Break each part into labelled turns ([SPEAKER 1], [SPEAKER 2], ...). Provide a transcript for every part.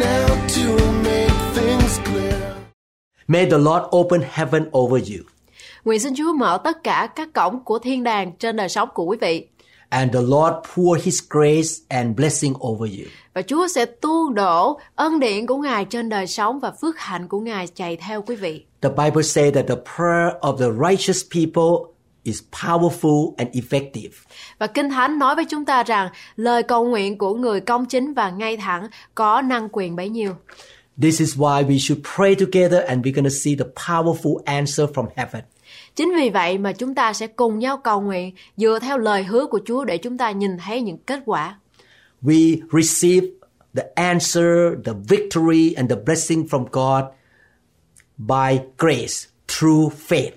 [SPEAKER 1] now to make things clear.
[SPEAKER 2] May the Lord open heaven over you,
[SPEAKER 3] Nguyện xin Chúa mở tất cả các cổng của thiên đàng trên đời sống của quý vị
[SPEAKER 2] and the Lord pour His grace and blessing over you.
[SPEAKER 3] và Chúa sẽ tuôn đổ ân điển của Ngài trên đời sống và phước hạnh của Ngài chạy theo quý vị.
[SPEAKER 2] The Bible says that the prayer of the righteous people is powerful and effective.
[SPEAKER 3] Và Kinh Thánh nói với chúng ta rằng lời cầu nguyện của người công chính và ngay thẳng có năng quyền bấy nhiêu.
[SPEAKER 2] This is why we should pray together and we're going to see the powerful answer from heaven.
[SPEAKER 3] Chính vì vậy mà chúng ta sẽ cùng nhau cầu nguyện dựa theo lời hứa của Chúa để chúng ta nhìn thấy những kết quả.
[SPEAKER 2] We receive the answer, the victory, and the blessing from God by grace through faith.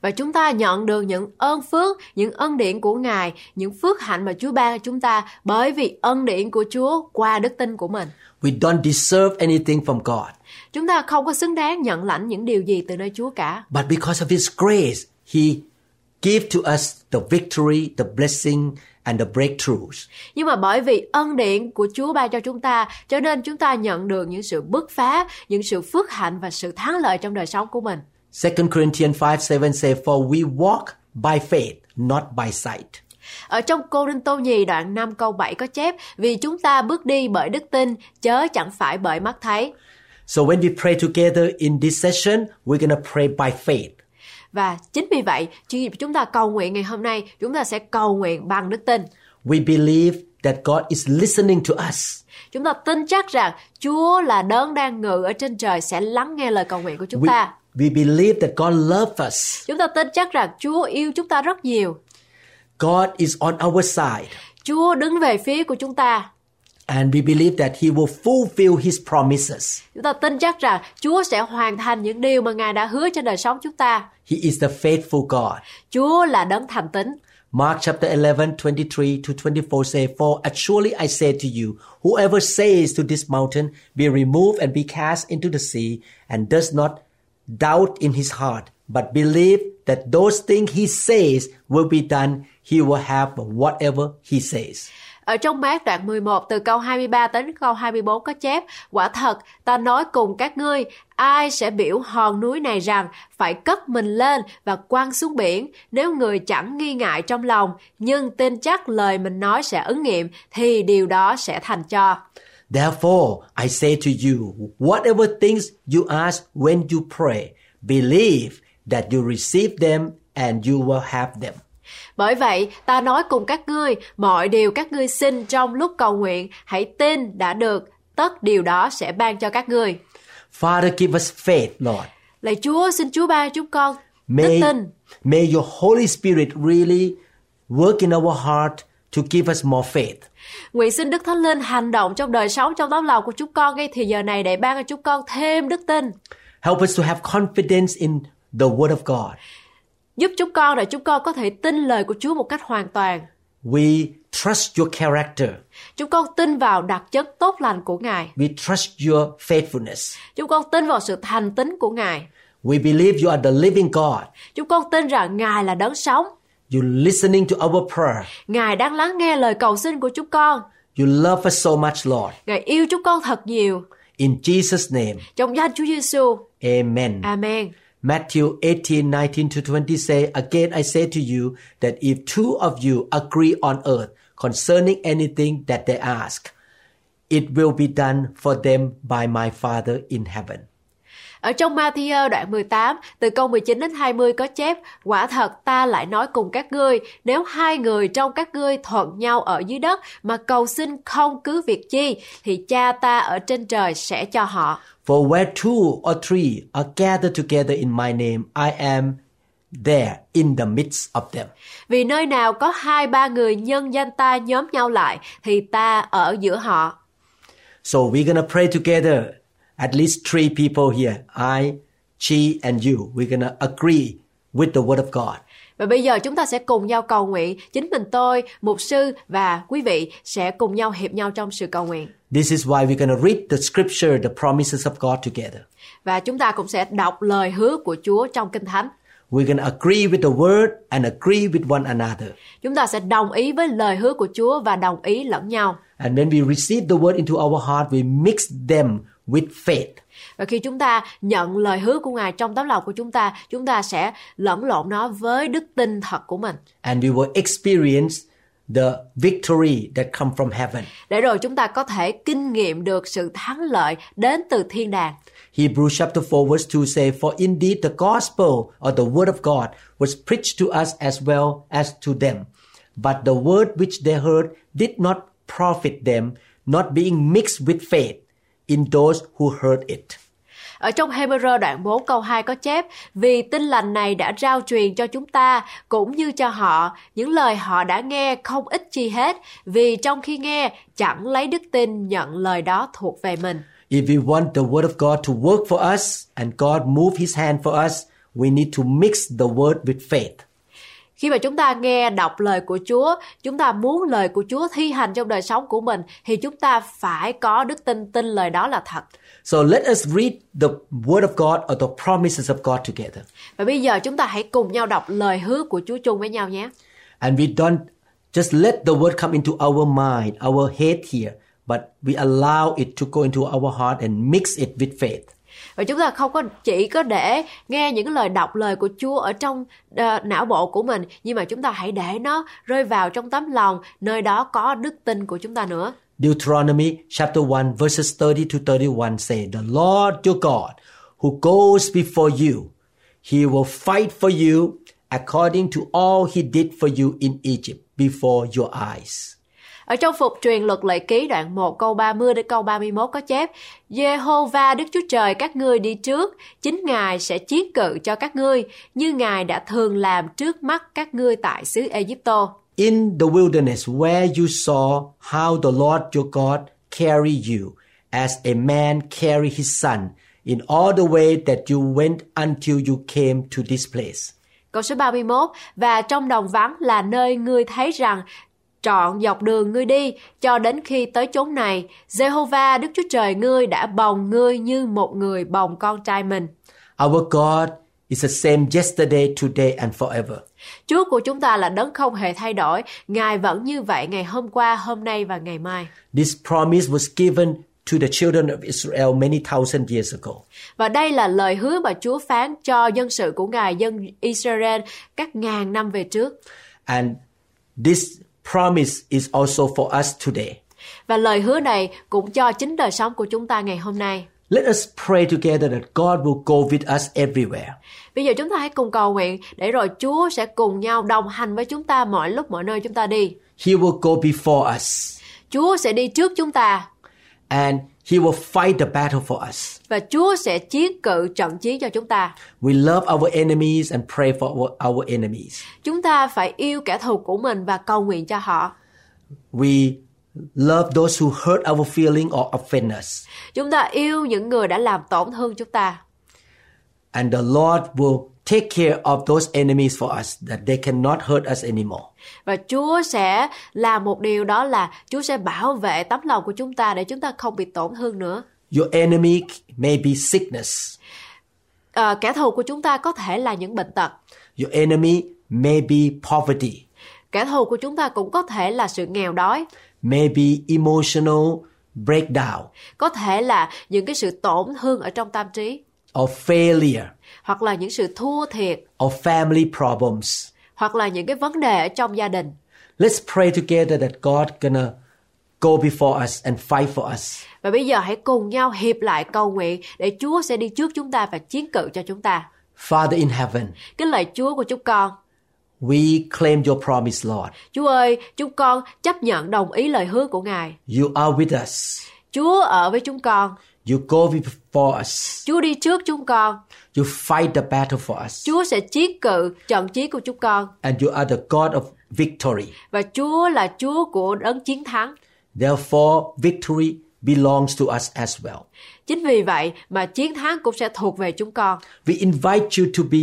[SPEAKER 3] Và chúng ta nhận được những ơn phước, những ân điển của Ngài, những phước hạnh mà Chúa ban cho chúng ta bởi vì ân điển của Chúa qua đức tin của mình.
[SPEAKER 2] We don't deserve anything from God,
[SPEAKER 3] Chúng ta không có xứng đáng nhận lãnh những điều gì từ nơi Chúa cả.
[SPEAKER 2] but because of His grace, He gave to us the victory, the blessing, and the breakthroughs.
[SPEAKER 3] Nhưng mà bởi vì ân điển của Chúa ban cho chúng ta, cho nên chúng ta nhận được những sự bứt phá, những sự phước hạnh và sự thắng lợi trong đời sống của mình.
[SPEAKER 2] 2 Corinthians 5 7 says, For we walk by faith, not by sight.
[SPEAKER 3] Ở trong Cô Đinh Tô Nhì đoạn 5 câu 7 có chép Vì chúng ta bước đi bởi đức tin, chớ chẳng phải bởi mắt thấy.
[SPEAKER 2] So when we pray together in this session, we're going to pray by faith.
[SPEAKER 3] Và chính vì vậy, khi chúng ta cầu nguyện ngày hôm nay, chúng ta sẽ cầu nguyện bằng đức tin.
[SPEAKER 2] We believe that God is listening to us.
[SPEAKER 3] Chúng ta tin chắc rằng Chúa là đấng đang ngự ở trên trời sẽ lắng nghe lời cầu nguyện của chúng
[SPEAKER 2] We,
[SPEAKER 3] ta.
[SPEAKER 2] we believe that God loves us.
[SPEAKER 3] Chúng ta tin chắc rằng Chúa yêu chúng ta rất nhiều.
[SPEAKER 2] God is on our side.
[SPEAKER 3] Chúa đứng về phía của chúng ta.
[SPEAKER 2] And we believe that He will fulfill His promises.
[SPEAKER 3] Chúng ta tin chắc rằng Chúa sẽ hoàn thành những điều mà Ngài đã hứa cho đời sống chúng ta.
[SPEAKER 2] He is the faithful God.
[SPEAKER 3] Chúa là đấng thành tín.
[SPEAKER 2] Mark chapter 11, 23 to 24 say, For surely I say to you, whoever says to this mountain, be removed and be cast into the sea, and does not doubt in his heart, but believe that those things he says will be done, he will have whatever he says.
[SPEAKER 3] Ở trong mát đoạn 11 từ câu 23 đến câu 24 có chép, quả thật ta nói cùng các ngươi, ai sẽ biểu hòn núi này rằng phải cất mình lên và quăng xuống biển, nếu người chẳng nghi ngại trong lòng, nhưng tin chắc lời mình nói sẽ ứng nghiệm thì điều đó sẽ thành cho.
[SPEAKER 2] Therefore, I say to you, whatever things you ask when you pray, believe that you receive them and you will have them.
[SPEAKER 3] Bởi vậy, ta nói cùng các ngươi, mọi điều các ngươi xin trong lúc cầu nguyện, hãy tin đã được, tất điều đó sẽ ban cho các ngươi.
[SPEAKER 2] Father, give us faith, Lord.
[SPEAKER 3] Lạy Chúa, xin Chúa ban chúng con đức
[SPEAKER 2] May,
[SPEAKER 3] tin.
[SPEAKER 2] may your Holy Spirit really work in our heart to give us more faith.
[SPEAKER 3] Nguyện xin Đức Thánh Linh hành động trong đời sống trong tấm lòng của chúng con ngay thì giờ này để ban cho chúng con thêm đức tin.
[SPEAKER 2] Help us to have confidence in the Word of God.
[SPEAKER 3] Giúp chúng con để chúng con có thể tin lời của Chúa một cách hoàn toàn.
[SPEAKER 2] We trust your character.
[SPEAKER 3] Chúng con tin vào đặc chất tốt lành của Ngài.
[SPEAKER 2] We trust your faithfulness.
[SPEAKER 3] Chúng con tin vào sự thành tín của Ngài.
[SPEAKER 2] We believe you are the living God.
[SPEAKER 3] Chúng con tin rằng Ngài là đấng sống.
[SPEAKER 2] You're listening to our prayer.
[SPEAKER 3] Ngài đang lắng nghe lời cầu xin của chúng con.
[SPEAKER 2] You love us so much, Lord.
[SPEAKER 3] Ngài yêu chúng con thật nhiều.
[SPEAKER 2] In Jesus' name,
[SPEAKER 3] Trong danh Chúa Giêsu.
[SPEAKER 2] amen.
[SPEAKER 3] Amen.
[SPEAKER 2] Matthew 18, 19 to 20 say, Again I say to you that if two of you agree on earth concerning anything that they ask, it will be done for them by my Father in heaven.
[SPEAKER 3] Ở trong Matthew đoạn 18, từ câu 19 đến 20 có chép, quả thật ta lại nói cùng các ngươi, nếu hai người trong các ngươi thuận nhau ở dưới đất mà cầu xin không cứ việc chi, thì cha ta ở trên trời sẽ cho họ.
[SPEAKER 2] For where two or three are gathered together in my name, I am there in the midst of them.
[SPEAKER 3] Vì nơi nào có hai ba người nhân danh ta nhóm nhau lại, thì ta ở giữa họ.
[SPEAKER 2] So we're going to pray together at least three people here, I, she, and you, we're going to agree with the Word of God.
[SPEAKER 3] Và bây giờ chúng ta sẽ cùng nhau cầu nguyện. Chính mình tôi, mục sư và quý vị sẽ cùng nhau hiệp nhau trong sự cầu nguyện.
[SPEAKER 2] This is why we're going to read the scripture, the promises of God together.
[SPEAKER 3] Và chúng ta cũng sẽ đọc lời hứa của Chúa trong Kinh Thánh.
[SPEAKER 2] We're going to agree with the Word and agree with one another.
[SPEAKER 3] Chúng ta sẽ đồng ý với lời hứa của Chúa và đồng ý lẫn nhau.
[SPEAKER 2] And when we receive the Word into our heart, we mix them with faith.
[SPEAKER 3] Và khi chúng ta nhận lời hứa của Ngài trong tấm lòng của chúng ta, chúng ta sẽ lẫn lộn nó với đức tin thật của mình.
[SPEAKER 2] And we will experience the victory that come from heaven.
[SPEAKER 3] Để rồi chúng ta có thể kinh nghiệm được sự thắng lợi đến từ thiên đàng.
[SPEAKER 2] Hebrews chapter 4 verse 2 say, For indeed the gospel or the word of God was preached to us as well as to them. But the word which they heard did not profit them, not being mixed with faith in those who heard it.
[SPEAKER 3] Ở trong Hebrew đoạn 4 câu 2 có chép, vì tin lành này đã rao truyền cho chúng ta, cũng như cho họ, những lời họ đã nghe không ít chi hết, vì trong khi nghe, chẳng lấy đức tin nhận lời đó thuộc về mình.
[SPEAKER 2] If we want the word of God to work for us and God move his hand for us, we need to mix the word with faith.
[SPEAKER 3] Khi mà chúng ta nghe đọc lời của Chúa, chúng ta muốn lời của Chúa thi hành trong đời sống của mình, thì chúng ta phải có đức tin tin lời đó là thật.
[SPEAKER 2] So let us read the word of God or the promises of God together.
[SPEAKER 3] Và bây giờ chúng ta hãy cùng nhau đọc lời hứa của Chúa chung với nhau nhé.
[SPEAKER 2] And we don't just let the word come into our mind, our head here, but we allow it to go into our heart and mix it with faith.
[SPEAKER 3] Và chúng ta không có chỉ có để nghe những lời đọc lời của Chúa ở trong ờ, não bộ của mình, nhưng mà chúng ta hãy để nó rơi vào trong tấm lòng nơi đó có đức tin của chúng ta nữa.
[SPEAKER 2] Deuteronomy chapter 1 verses 30 to 31 say, The Lord your God who goes before you, he will fight for you according to all he did for you in Egypt before your eyes.
[SPEAKER 3] Ở trong phục truyền luật lệ ký đoạn 1 câu 30 đến câu 31 có chép Jehovah Đức Chúa Trời các ngươi đi trước, chính Ngài sẽ chiến cự cho các ngươi, như Ngài đã thường làm trước mắt các ngươi tại xứ Egypto.
[SPEAKER 2] in the wilderness where you saw how the Lord your God carry you as a man carry his son in all the way that you went until you came to this place.
[SPEAKER 3] Câu số 31 Và trong đồng vắng là nơi ngươi thấy rằng trọn dọc đường ngươi đi cho đến khi tới chốn này Jehovah Đức Chúa Trời ngươi đã bồng ngươi như một người bồng con trai mình
[SPEAKER 2] Our God is the same yesterday, today, and forever.
[SPEAKER 3] Chúa của chúng ta là đấng không hề thay đổi Ngài vẫn như vậy ngày hôm qua hôm nay và ngày mai
[SPEAKER 2] This promise was given to the children of Israel many thousand years ago.
[SPEAKER 3] và đây là lời hứa mà Chúa phán cho dân sự của Ngài dân Israel các ngàn năm về trước
[SPEAKER 2] And this promise is also for us today.
[SPEAKER 3] và lời hứa này cũng cho chính đời sống của chúng ta ngày hôm nay
[SPEAKER 2] Let us pray together that God will go with us everywhere.
[SPEAKER 3] Bây giờ chúng ta hãy cùng cầu nguyện để rồi Chúa sẽ cùng nhau đồng hành với chúng ta mọi lúc mọi nơi chúng ta đi.
[SPEAKER 2] He will go before us.
[SPEAKER 3] Chúa sẽ đi trước chúng ta
[SPEAKER 2] and he will fight the battle for us.
[SPEAKER 3] và Chúa sẽ chiến cự trận chiến cho chúng ta.
[SPEAKER 2] We love our enemies and pray for our, our enemies.
[SPEAKER 3] Chúng ta phải yêu kẻ thù của mình và cầu nguyện cho họ.
[SPEAKER 2] We love those who hurt our feeling or offend us.
[SPEAKER 3] Chúng ta yêu những người đã làm tổn thương chúng ta
[SPEAKER 2] And the Lord will take care of those enemies for us that they cannot hurt us anymore.
[SPEAKER 3] và Chúa sẽ làm một điều đó là Chúa sẽ bảo vệ tấm lòng của chúng ta để chúng ta không bị tổn thương nữa.
[SPEAKER 2] Your enemy may be sickness.
[SPEAKER 3] Ờ, kẻ thù của chúng ta có thể là những bệnh tật,
[SPEAKER 2] Your enemy may be poverty,
[SPEAKER 3] kẻ thù của chúng ta cũng có thể là sự nghèo đói,
[SPEAKER 2] may be emotional breakdown
[SPEAKER 3] có thể là những cái sự tổn thương ở trong tâm trí
[SPEAKER 2] or failure
[SPEAKER 3] hoặc là những sự thua thiệt
[SPEAKER 2] or family problems.
[SPEAKER 3] hoặc là những cái vấn đề ở trong gia đình
[SPEAKER 2] Let's pray together that God gonna go before us and fight for us.
[SPEAKER 3] và bây giờ hãy cùng nhau hiệp lại cầu nguyện để Chúa sẽ đi trước chúng ta và chiến cự cho chúng ta
[SPEAKER 2] Father in heaven,
[SPEAKER 3] kính lời Chúa của chúng con
[SPEAKER 2] we claim your promise, Lord.
[SPEAKER 3] Chúa ơi chúng con chấp nhận đồng ý lời hứa của Ngài
[SPEAKER 2] You are with us.
[SPEAKER 3] Chúa ở với chúng con
[SPEAKER 2] You go before us.
[SPEAKER 3] Chúa đi trước chúng con
[SPEAKER 2] You fight the battle for us.
[SPEAKER 3] Chúa sẽ chiến cự trận chiến của chúng con
[SPEAKER 2] And you are the God of victory.
[SPEAKER 3] và Chúa là Chúa của đấng chiến thắng
[SPEAKER 2] Therefore, victory belongs to us as well.
[SPEAKER 3] Chính vì vậy mà chiến thắng cũng sẽ thuộc về chúng con.
[SPEAKER 2] We invite you to be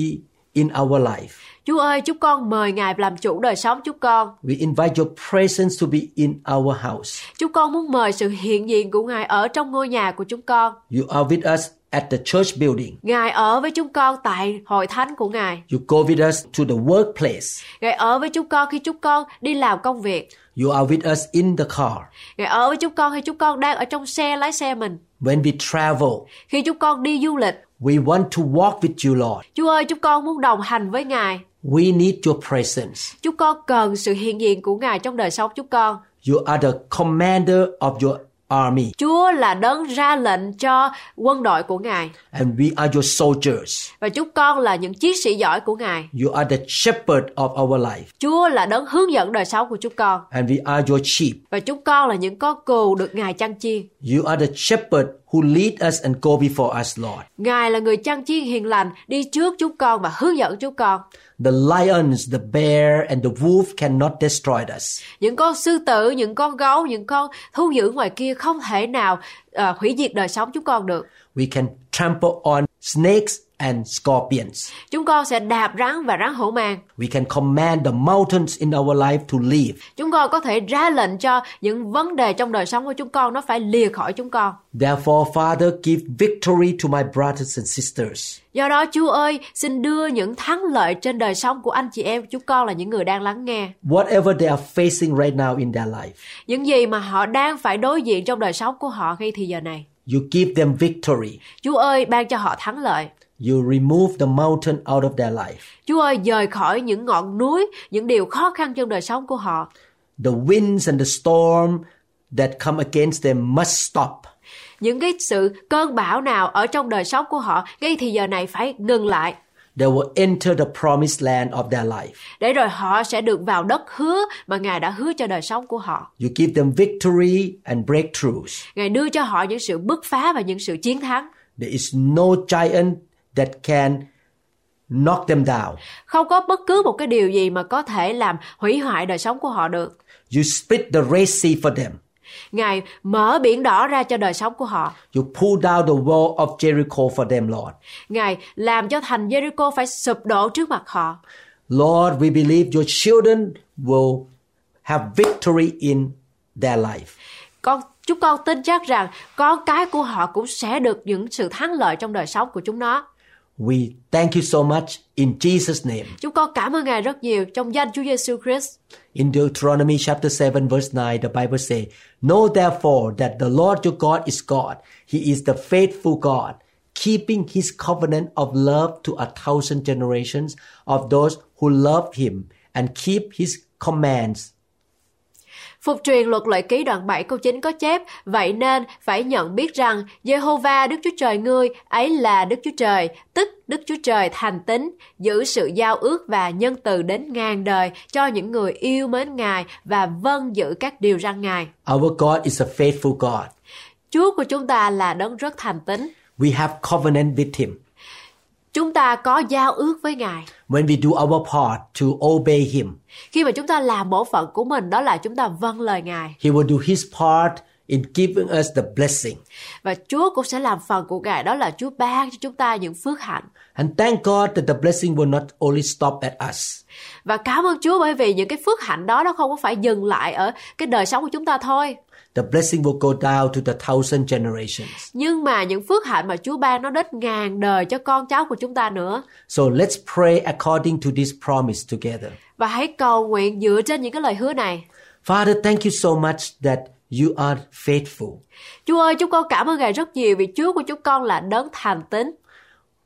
[SPEAKER 2] in our life.
[SPEAKER 3] Chúa ơi, chúng con mời Ngài làm chủ đời sống chúng con.
[SPEAKER 2] We invite your presence to be in our house.
[SPEAKER 3] Chúng con muốn mời sự hiện diện của Ngài ở trong ngôi nhà của chúng con.
[SPEAKER 2] You are with us at the church building.
[SPEAKER 3] Ngài ở với chúng con tại hội thánh của Ngài.
[SPEAKER 2] You go with us to the workplace.
[SPEAKER 3] Ngài ở với chúng con khi chúng con đi làm công việc.
[SPEAKER 2] You are with us in the car.
[SPEAKER 3] Ngài ở với chúng con khi chúng con đang ở trong xe lái xe mình.
[SPEAKER 2] When we travel,
[SPEAKER 3] Khi chúng con đi du lịch.
[SPEAKER 2] we want to walk with you, Lord.
[SPEAKER 3] Chúa ơi, chúng con muốn đồng hành với Ngài.
[SPEAKER 2] We need your presence.
[SPEAKER 3] Chúng con cần sự hiện diện của Ngài trong đời sống chúng con.
[SPEAKER 2] You are the commander of your army,
[SPEAKER 3] Chúa là đấng ra lệnh cho quân đội của Ngài
[SPEAKER 2] and we are your soldiers.
[SPEAKER 3] và chúng con là những chiến sĩ giỏi của Ngài.
[SPEAKER 2] You are the shepherd of our life,
[SPEAKER 3] Chúa là đấng hướng dẫn đời sống của chúng con
[SPEAKER 2] and we are your sheep.
[SPEAKER 3] và chúng con là những con cừu được Ngài chăn chiên.
[SPEAKER 2] You are the shepherd who lead us and go before us, Lord.
[SPEAKER 3] Ngài là người chăn chiên hiền lành đi trước chúng con và hướng dẫn chúng con.
[SPEAKER 2] The lions, the bear, and the wolf cannot destroy us.
[SPEAKER 3] Những con sư tử, những con gấu, những con thú dữ ngoài kia không thể nào ờ, hủy diệt đời sống chúng con được.
[SPEAKER 2] We can trample on snakes and scorpions.
[SPEAKER 3] Chúng con sẽ đạp rắn và rắn hổ mang.
[SPEAKER 2] We can command the mountains in our life to leave.
[SPEAKER 3] Chúng con có thể ra lệnh cho những vấn đề trong đời sống của chúng con nó phải lìa khỏi chúng con.
[SPEAKER 2] Therefore, Father, give victory to my brothers and sisters.
[SPEAKER 3] Do đó Chúa ơi, xin đưa những thắng lợi trên đời sống của anh chị em chúng con là những người đang lắng nghe.
[SPEAKER 2] Whatever they are facing right now in their life,
[SPEAKER 3] Những gì mà họ đang phải đối diện trong đời sống của họ ngay thì giờ này.
[SPEAKER 2] you give them victory.
[SPEAKER 3] Chúa ơi, ban cho họ thắng lợi.
[SPEAKER 2] You remove the mountain out of their life.
[SPEAKER 3] Chúa ơi, dời khỏi những ngọn núi, những điều khó khăn trong đời sống của họ.
[SPEAKER 2] The winds and the storm that come against them must stop.
[SPEAKER 3] Những cái sự cơn bão nào ở trong đời sống của họ ngay thì giờ này phải ngừng lại.
[SPEAKER 2] They will enter the promised land of their life.
[SPEAKER 3] Để rồi họ sẽ được vào đất hứa mà Ngài đã hứa cho đời sống của họ.
[SPEAKER 2] You give them victory and breakthroughs.
[SPEAKER 3] Ngài đưa cho họ những sự bứt phá và những sự chiến thắng.
[SPEAKER 2] There is no giant that can knock them down.
[SPEAKER 3] Không có bất cứ một cái điều gì mà có thể làm hủy hoại đời sống của họ được.
[SPEAKER 2] You split the Red Sea for them.
[SPEAKER 3] Ngài mở biển đỏ ra cho đời sống của họ.
[SPEAKER 2] You pull down the wall of Jericho for them, Lord.
[SPEAKER 3] Ngài làm cho thành Jericho phải sụp đổ trước mặt họ.
[SPEAKER 2] Lord, we believe your children will have victory in their life.
[SPEAKER 3] Con chúng con tin chắc rằng con cái của họ cũng sẽ được những sự thắng lợi trong đời sống của chúng nó.
[SPEAKER 2] We thank you so much in Jesus' name.
[SPEAKER 3] Chúng con cảm ơn Ngài rất nhiều trong danh Chúa Giêsu Christ.
[SPEAKER 2] In Deuteronomy chapter 7 verse 9, the Bible says, Know therefore that the Lord your God is God. He is the faithful God, keeping his covenant of love to a thousand generations of those who love him and keep his commands.
[SPEAKER 3] Phục truyền luật lệ ký đoạn 7 câu 9 có chép, vậy nên phải nhận biết rằng Jehovah Đức Chúa Trời ngươi ấy là Đức Chúa Trời, tức Đức Chúa Trời thành tín, giữ sự giao ước và nhân từ đến ngàn đời cho những người yêu mến Ngài và vâng giữ các điều răn Ngài.
[SPEAKER 2] Our God is a faithful God.
[SPEAKER 3] Chúa của chúng ta là đấng rất thành tín.
[SPEAKER 2] We have covenant with him.
[SPEAKER 3] Chúng ta có giao ước với Ngài.
[SPEAKER 2] when we do our part to obey him
[SPEAKER 3] Khi mà chúng ta làm bổn phận của mình đó là chúng ta vâng lời Ngài
[SPEAKER 2] he will do his part in giving us the blessing
[SPEAKER 3] và Chúa cũng sẽ làm phần của Ngài đó là Chúa ban cho chúng ta những phước hạnh.
[SPEAKER 2] and thank god that the blessing will not only stop at us
[SPEAKER 3] Và cảm ơn Chúa bởi vì những cái phước hạnh đó nó không có phải dừng lại ở cái đời sống của chúng ta thôi.
[SPEAKER 2] the blessing will go down to the thousand generations
[SPEAKER 3] Nhưng mà những phước hạnh mà Chúa ban nó đến ngàn đời cho con cháu của chúng ta nữa.
[SPEAKER 2] so let's pray according to this promise together
[SPEAKER 3] Và hãy cầu nguyện dựa trên những cái lời hứa này.
[SPEAKER 2] father thank you so much that you are faithful
[SPEAKER 3] Chúa ơi, chúng con cảm ơn Ngài rất nhiều vì Chúa của chúng con là đấng thành tín.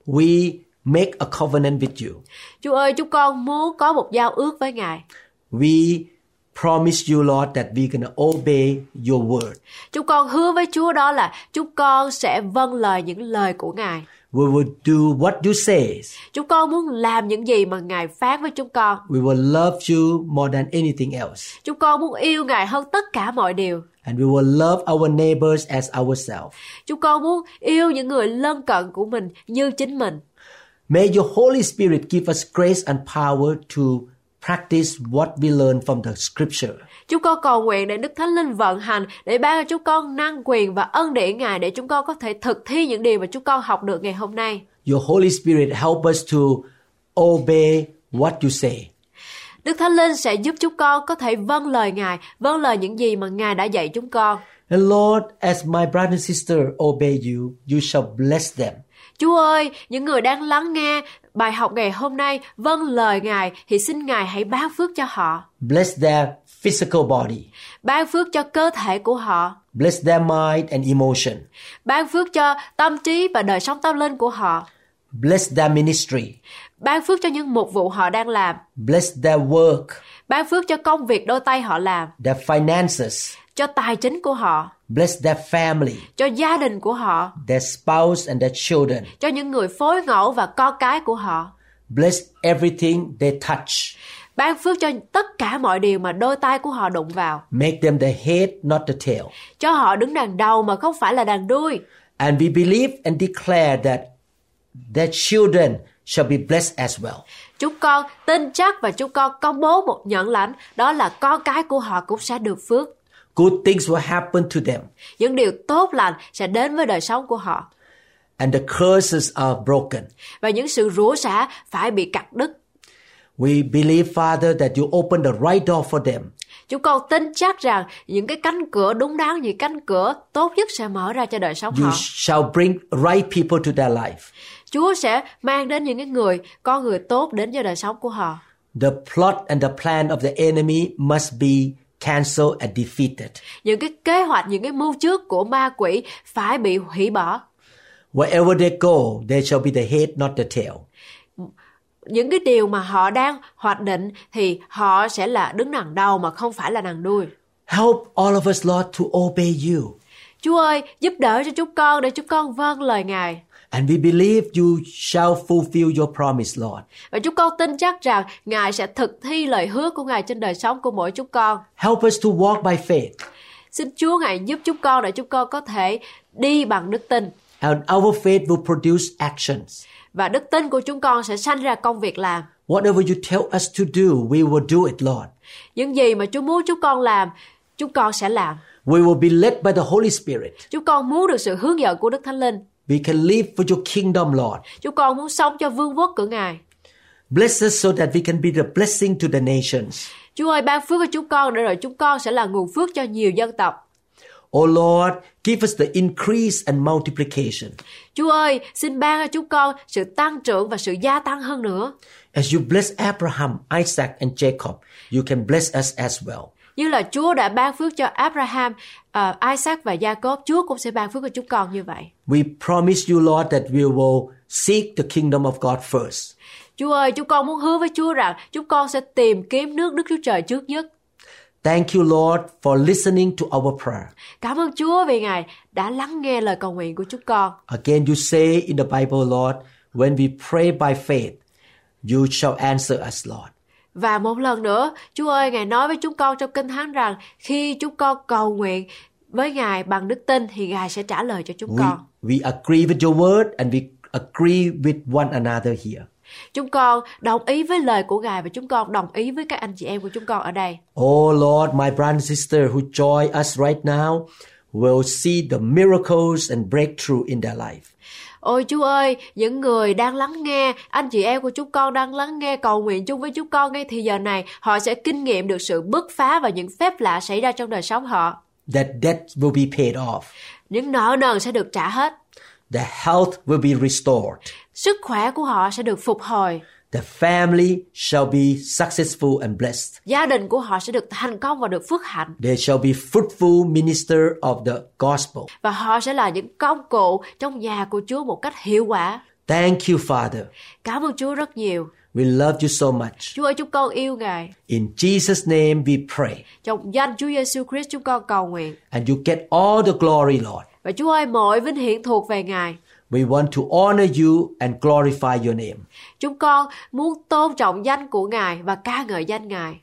[SPEAKER 2] we make a covenant with you
[SPEAKER 3] Chúa ơi, chúng con muốn có một giao ước với Ngài.
[SPEAKER 2] we promise you lord that we're going to obey your word
[SPEAKER 3] Chúng con hứa với Chúa đó là chúng con sẽ vâng lời những lời của Ngài.
[SPEAKER 2] we will do what you say
[SPEAKER 3] Chúng con muốn làm những gì mà Ngài phán với chúng con.
[SPEAKER 2] we will love you more than anything else
[SPEAKER 3] Chúng con muốn yêu Ngài hơn tất cả mọi điều.
[SPEAKER 2] and we will love our neighbors as ourselves.
[SPEAKER 3] Chúng con muốn yêu những người lân cận của mình như chính mình.
[SPEAKER 2] May your Holy Spirit give us grace and power to practice what we learn from the scripture.
[SPEAKER 3] Chúng con cầu nguyện để Đức Thánh Linh vận hành để ban cho chúng con năng quyền và ân điển Ngài để chúng con có thể thực thi những điều mà chúng con học được ngày hôm nay.
[SPEAKER 2] Your Holy Spirit help us to obey what you say.
[SPEAKER 3] Đức Thánh Linh sẽ giúp chúng con có thể vâng lời Ngài, vâng lời những gì mà Ngài đã dạy chúng con.
[SPEAKER 2] And Lord, as my brother and sister obey you, you shall bless them.
[SPEAKER 3] Chúa ơi, những người đang lắng nghe bài học ngày hôm nay, vâng lời Ngài thì xin Ngài hãy ban phước cho họ.
[SPEAKER 2] Bless their physical body.
[SPEAKER 3] Ban phước cho cơ thể của họ,
[SPEAKER 2] Bless their mind and emotion.
[SPEAKER 3] ban phước cho tâm trí và đời sống tâm linh của họ,
[SPEAKER 2] Bless their ministry.
[SPEAKER 3] ban phước cho những mục vụ họ đang làm,
[SPEAKER 2] Bless their work,
[SPEAKER 3] ban phước cho công việc đôi tay họ làm,
[SPEAKER 2] their finances.
[SPEAKER 3] cho tài chính của họ,
[SPEAKER 2] Bless their family,
[SPEAKER 3] cho gia đình của họ,
[SPEAKER 2] their spouse and their children.
[SPEAKER 3] cho những người phối ngẫu và con cái của họ.
[SPEAKER 2] Bless everything they touch.
[SPEAKER 3] Ban phước cho tất cả mọi điều mà đôi tay của họ đụng vào,
[SPEAKER 2] Make them the head, not the tail.
[SPEAKER 3] cho họ đứng đằng đầu mà không phải là đằng đuôi.
[SPEAKER 2] And we believe and declare that their children shall be blessed as well.
[SPEAKER 3] Chúng con tin chắc và chúng con công bố một nhận lãnh đó là con cái của họ cũng sẽ được phước.
[SPEAKER 2] Good things will happen to them,
[SPEAKER 3] Những điều tốt lành sẽ đến với đời sống của họ
[SPEAKER 2] and the curses are broken.
[SPEAKER 3] và những sự rủa xả phải bị cắt đứt.
[SPEAKER 2] We believe, Father, that you open the right door for them.
[SPEAKER 3] Chúng con tin chắc rằng những cái cánh cửa đúng đắn, những cánh cửa tốt nhất sẽ mở ra cho đời sống
[SPEAKER 2] You
[SPEAKER 3] họ.
[SPEAKER 2] shall bring right people to their life.
[SPEAKER 3] Chúa sẽ mang đến những cái người, con người tốt đến cho đời sống của họ.
[SPEAKER 2] The plot and the plan of the enemy must be cancelled and defeated.
[SPEAKER 3] Những cái kế hoạch, những cái mưu trước của ma quỷ phải bị hủy bỏ.
[SPEAKER 2] Wherever they go, they shall be the head, not the tail.
[SPEAKER 3] Những cái điều mà họ đang hoạch định thì họ sẽ là đứng đằng đầu mà không phải là đằng đuôi.
[SPEAKER 2] Help all of us, Lord, to obey you.
[SPEAKER 3] Chúa ơi, giúp đỡ cho chúng con để chúng con vâng lời Ngài.
[SPEAKER 2] And we believe you shall fulfill your promise, Lord.
[SPEAKER 3] Và chúng con tin chắc rằng Ngài sẽ thực thi lời hứa của Ngài trên đời sống của mỗi chúng con.
[SPEAKER 2] Help us to walk by faith.
[SPEAKER 3] Xin Chúa Ngài giúp chúng con để chúng con có thể đi bằng đức tin.
[SPEAKER 2] And our faith will produce actions.
[SPEAKER 3] Và đức tin của chúng con sẽ sanh ra công việc làm.
[SPEAKER 2] Whatever you tell us to do, we will do it, Lord.
[SPEAKER 3] Những gì mà Chúa muốn chúng con làm, chúng con sẽ làm.
[SPEAKER 2] We will be led by the Holy Spirit.
[SPEAKER 3] Chúng con muốn được sự hướng dẫn của Đức Thánh Linh.
[SPEAKER 2] We can live for your kingdom, Lord.
[SPEAKER 3] Chúng con muốn sống cho vương quốc của Ngài.
[SPEAKER 2] Bless us so that we can be the blessing to the nations.
[SPEAKER 3] Chúa ơi, ban phước cho chúng con để rồi chúng con sẽ là nguồn phước cho nhiều dân tộc.
[SPEAKER 2] O Lord, give us the increase and multiplication.
[SPEAKER 3] Chúa ơi, xin ban cho chúng con sự tăng trưởng và sự gia tăng hơn nữa.
[SPEAKER 2] As you bless Abraham, Isaac, and Jacob, you can bless us as well.
[SPEAKER 3] Như là Chúa đã ban phước cho Abraham, ờ, Isaac và Jacob, Chúa cũng sẽ ban phước cho chúng con như vậy.
[SPEAKER 2] We promise you, Lord, that we will seek the kingdom of God first.
[SPEAKER 3] Chúa ơi, chúng con muốn hứa với Chúa rằng chúng con sẽ tìm kiếm nước Đức Chúa Trời trước nhất.
[SPEAKER 2] Thank you, Lord, for listening to our prayer.
[SPEAKER 3] Cảm ơn Chúa vì Ngài đã lắng nghe lời cầu nguyện của chúng con.
[SPEAKER 2] Again, you say in the Bible, Lord, when we pray by faith, you shall answer us, Lord.
[SPEAKER 3] Và một lần nữa, Chúa ơi, Ngài nói với chúng con trong Kinh Thánh rằng khi chúng con cầu nguyện với Ngài bằng đức tin thì Ngài sẽ trả lời cho chúng
[SPEAKER 2] We,
[SPEAKER 3] con.
[SPEAKER 2] we agree with your word and we agree with one another here.
[SPEAKER 3] Chúng con đồng ý với lời của Ngài và chúng con đồng ý với các anh chị em của chúng con ở đây.
[SPEAKER 2] Oh Lord, my brother and sister who join us right now will see the miracles and breakthrough in their life.
[SPEAKER 3] Ôi Chúa ơi, những người đang lắng nghe, anh chị em của chúng con đang lắng nghe cầu nguyện chung với chúng con ngay thì giờ này, họ sẽ kinh nghiệm được sự bứt phá và những phép lạ xảy ra trong đời sống họ.
[SPEAKER 2] That debt will be paid off.
[SPEAKER 3] Những nợ nần sẽ được trả hết,
[SPEAKER 2] The health will be restored.
[SPEAKER 3] sức khỏe của họ sẽ được phục hồi,
[SPEAKER 2] The family shall be successful and blessed.
[SPEAKER 3] gia đình của họ sẽ được thành công và được phước hạnh
[SPEAKER 2] They shall be fruitful minister of the gospel.
[SPEAKER 3] và họ sẽ là những công cụ trong nhà của Chúa một cách hiệu quả.
[SPEAKER 2] Thank you, Father.
[SPEAKER 3] Cảm ơn Chúa rất nhiều.
[SPEAKER 2] We love you so much.
[SPEAKER 3] Chúa ơi, chúng con yêu Ngài.
[SPEAKER 2] In Jesus' name we pray.
[SPEAKER 3] Trong danh Chúa Giêsu Christ chúng con cầu nguyện.
[SPEAKER 2] And you get all the glory, Lord.
[SPEAKER 3] Và Chúa ơi, mọi vinh hiển thuộc về Ngài.
[SPEAKER 2] We want to honor you and glorify your name.
[SPEAKER 3] Chúng con muốn tôn trọng danh của Ngài và ca ngợi danh Ngài.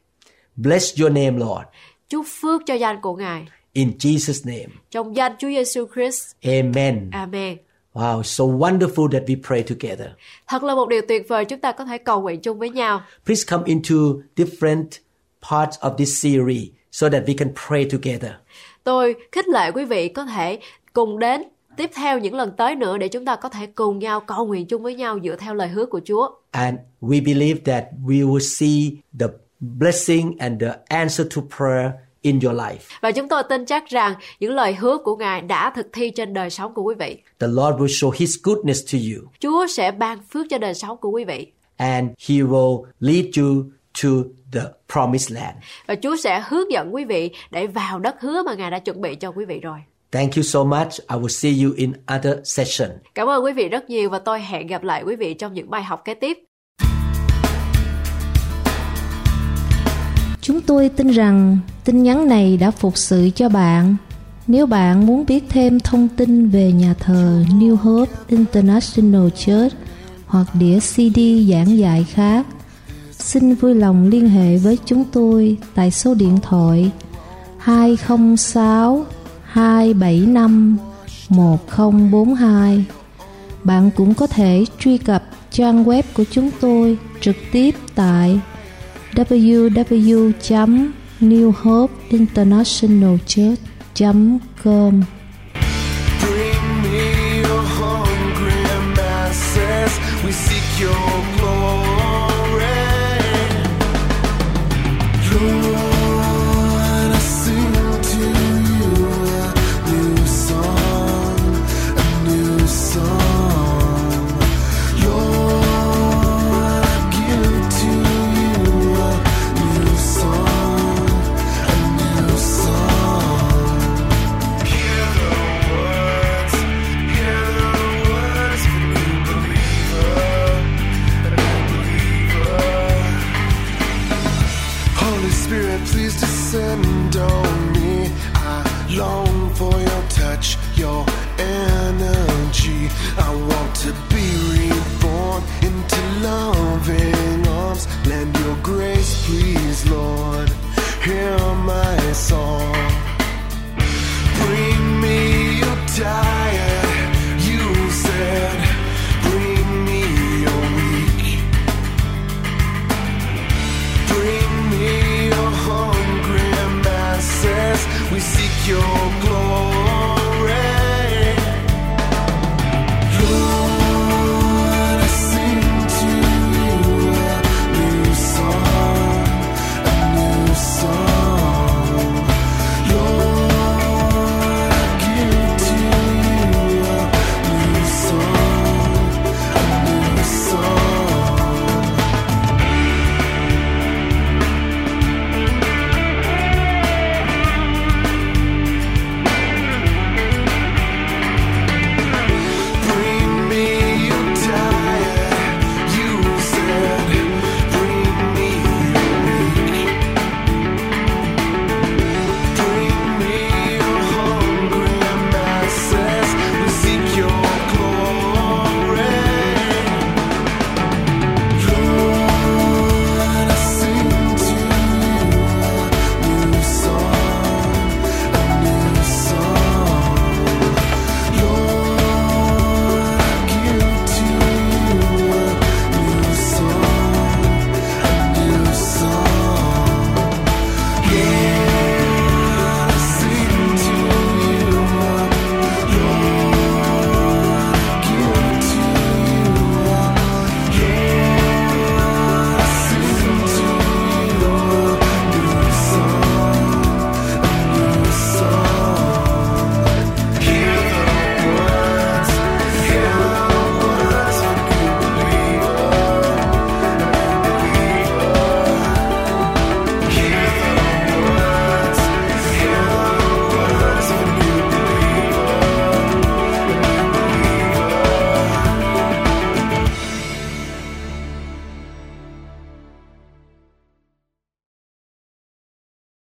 [SPEAKER 2] Bless your name, Lord.
[SPEAKER 3] Chúc phước cho danh của Ngài.
[SPEAKER 2] In Jesus' name.
[SPEAKER 3] Trong danh Chúa Giêsu Christ.
[SPEAKER 2] Amen.
[SPEAKER 3] Amen.
[SPEAKER 2] Wow, so wonderful that we pray together.
[SPEAKER 3] Thật là một điều tuyệt vời chúng ta có thể cầu nguyện chung với nhau.
[SPEAKER 2] Please come into different parts of this series so that we can pray together.
[SPEAKER 3] Tôi khích lệ quý vị có thể cùng đến tiếp theo những lần tới nữa để chúng ta có thể cùng nhau cầu nguyện chung với nhau dựa theo lời hứa của Chúa.
[SPEAKER 2] And we believe that we will see the blessing and the answer to prayer in your life.
[SPEAKER 3] Và chúng tôi tin chắc rằng những lời hứa của Ngài đã thực thi trên đời sống của quý vị.
[SPEAKER 2] The Lord will show His goodness to you
[SPEAKER 3] Chúa sẽ ban phước cho đời sống của quý vị
[SPEAKER 2] and He will lead you to the promised land.
[SPEAKER 3] và Chúa sẽ hướng dẫn quý vị để vào đất hứa mà Ngài đã chuẩn bị cho quý vị rồi.
[SPEAKER 2] Thank you so much. I will see you in other session.
[SPEAKER 3] Cảm ơn quý vị rất nhiều và tôi hẹn gặp lại quý vị trong những bài học kế tiếp.
[SPEAKER 4] Chúng tôi tin rằng tin nhắn này đã phục sự cho bạn. Nếu bạn muốn biết thêm thông tin về nhà thờ New Hope International Church hoặc đĩa CD giảng dạy khác, xin vui lòng liên hệ với chúng tôi tại số điện thoại 206 275 1042. Bạn cũng có thể truy cập trang web của chúng tôi trực tiếp tại www.newhopeinternationalchurch.com
[SPEAKER 1] Bring me your hungry masses. We seek your glory. Lord, I sing to you a new song, a new song. Lord, I give to you a new song, a new song. Hear the words, hear the words of a new believer, a new believer. Holy Spirit, please descend on me. I long for your touch, your energy. I want to be reborn into loving arms. Lend your grace, please, Lord. Hear my song. Bring me your diet, you said. Bring me your weak. Bring me your hungry masses. We seek your glory.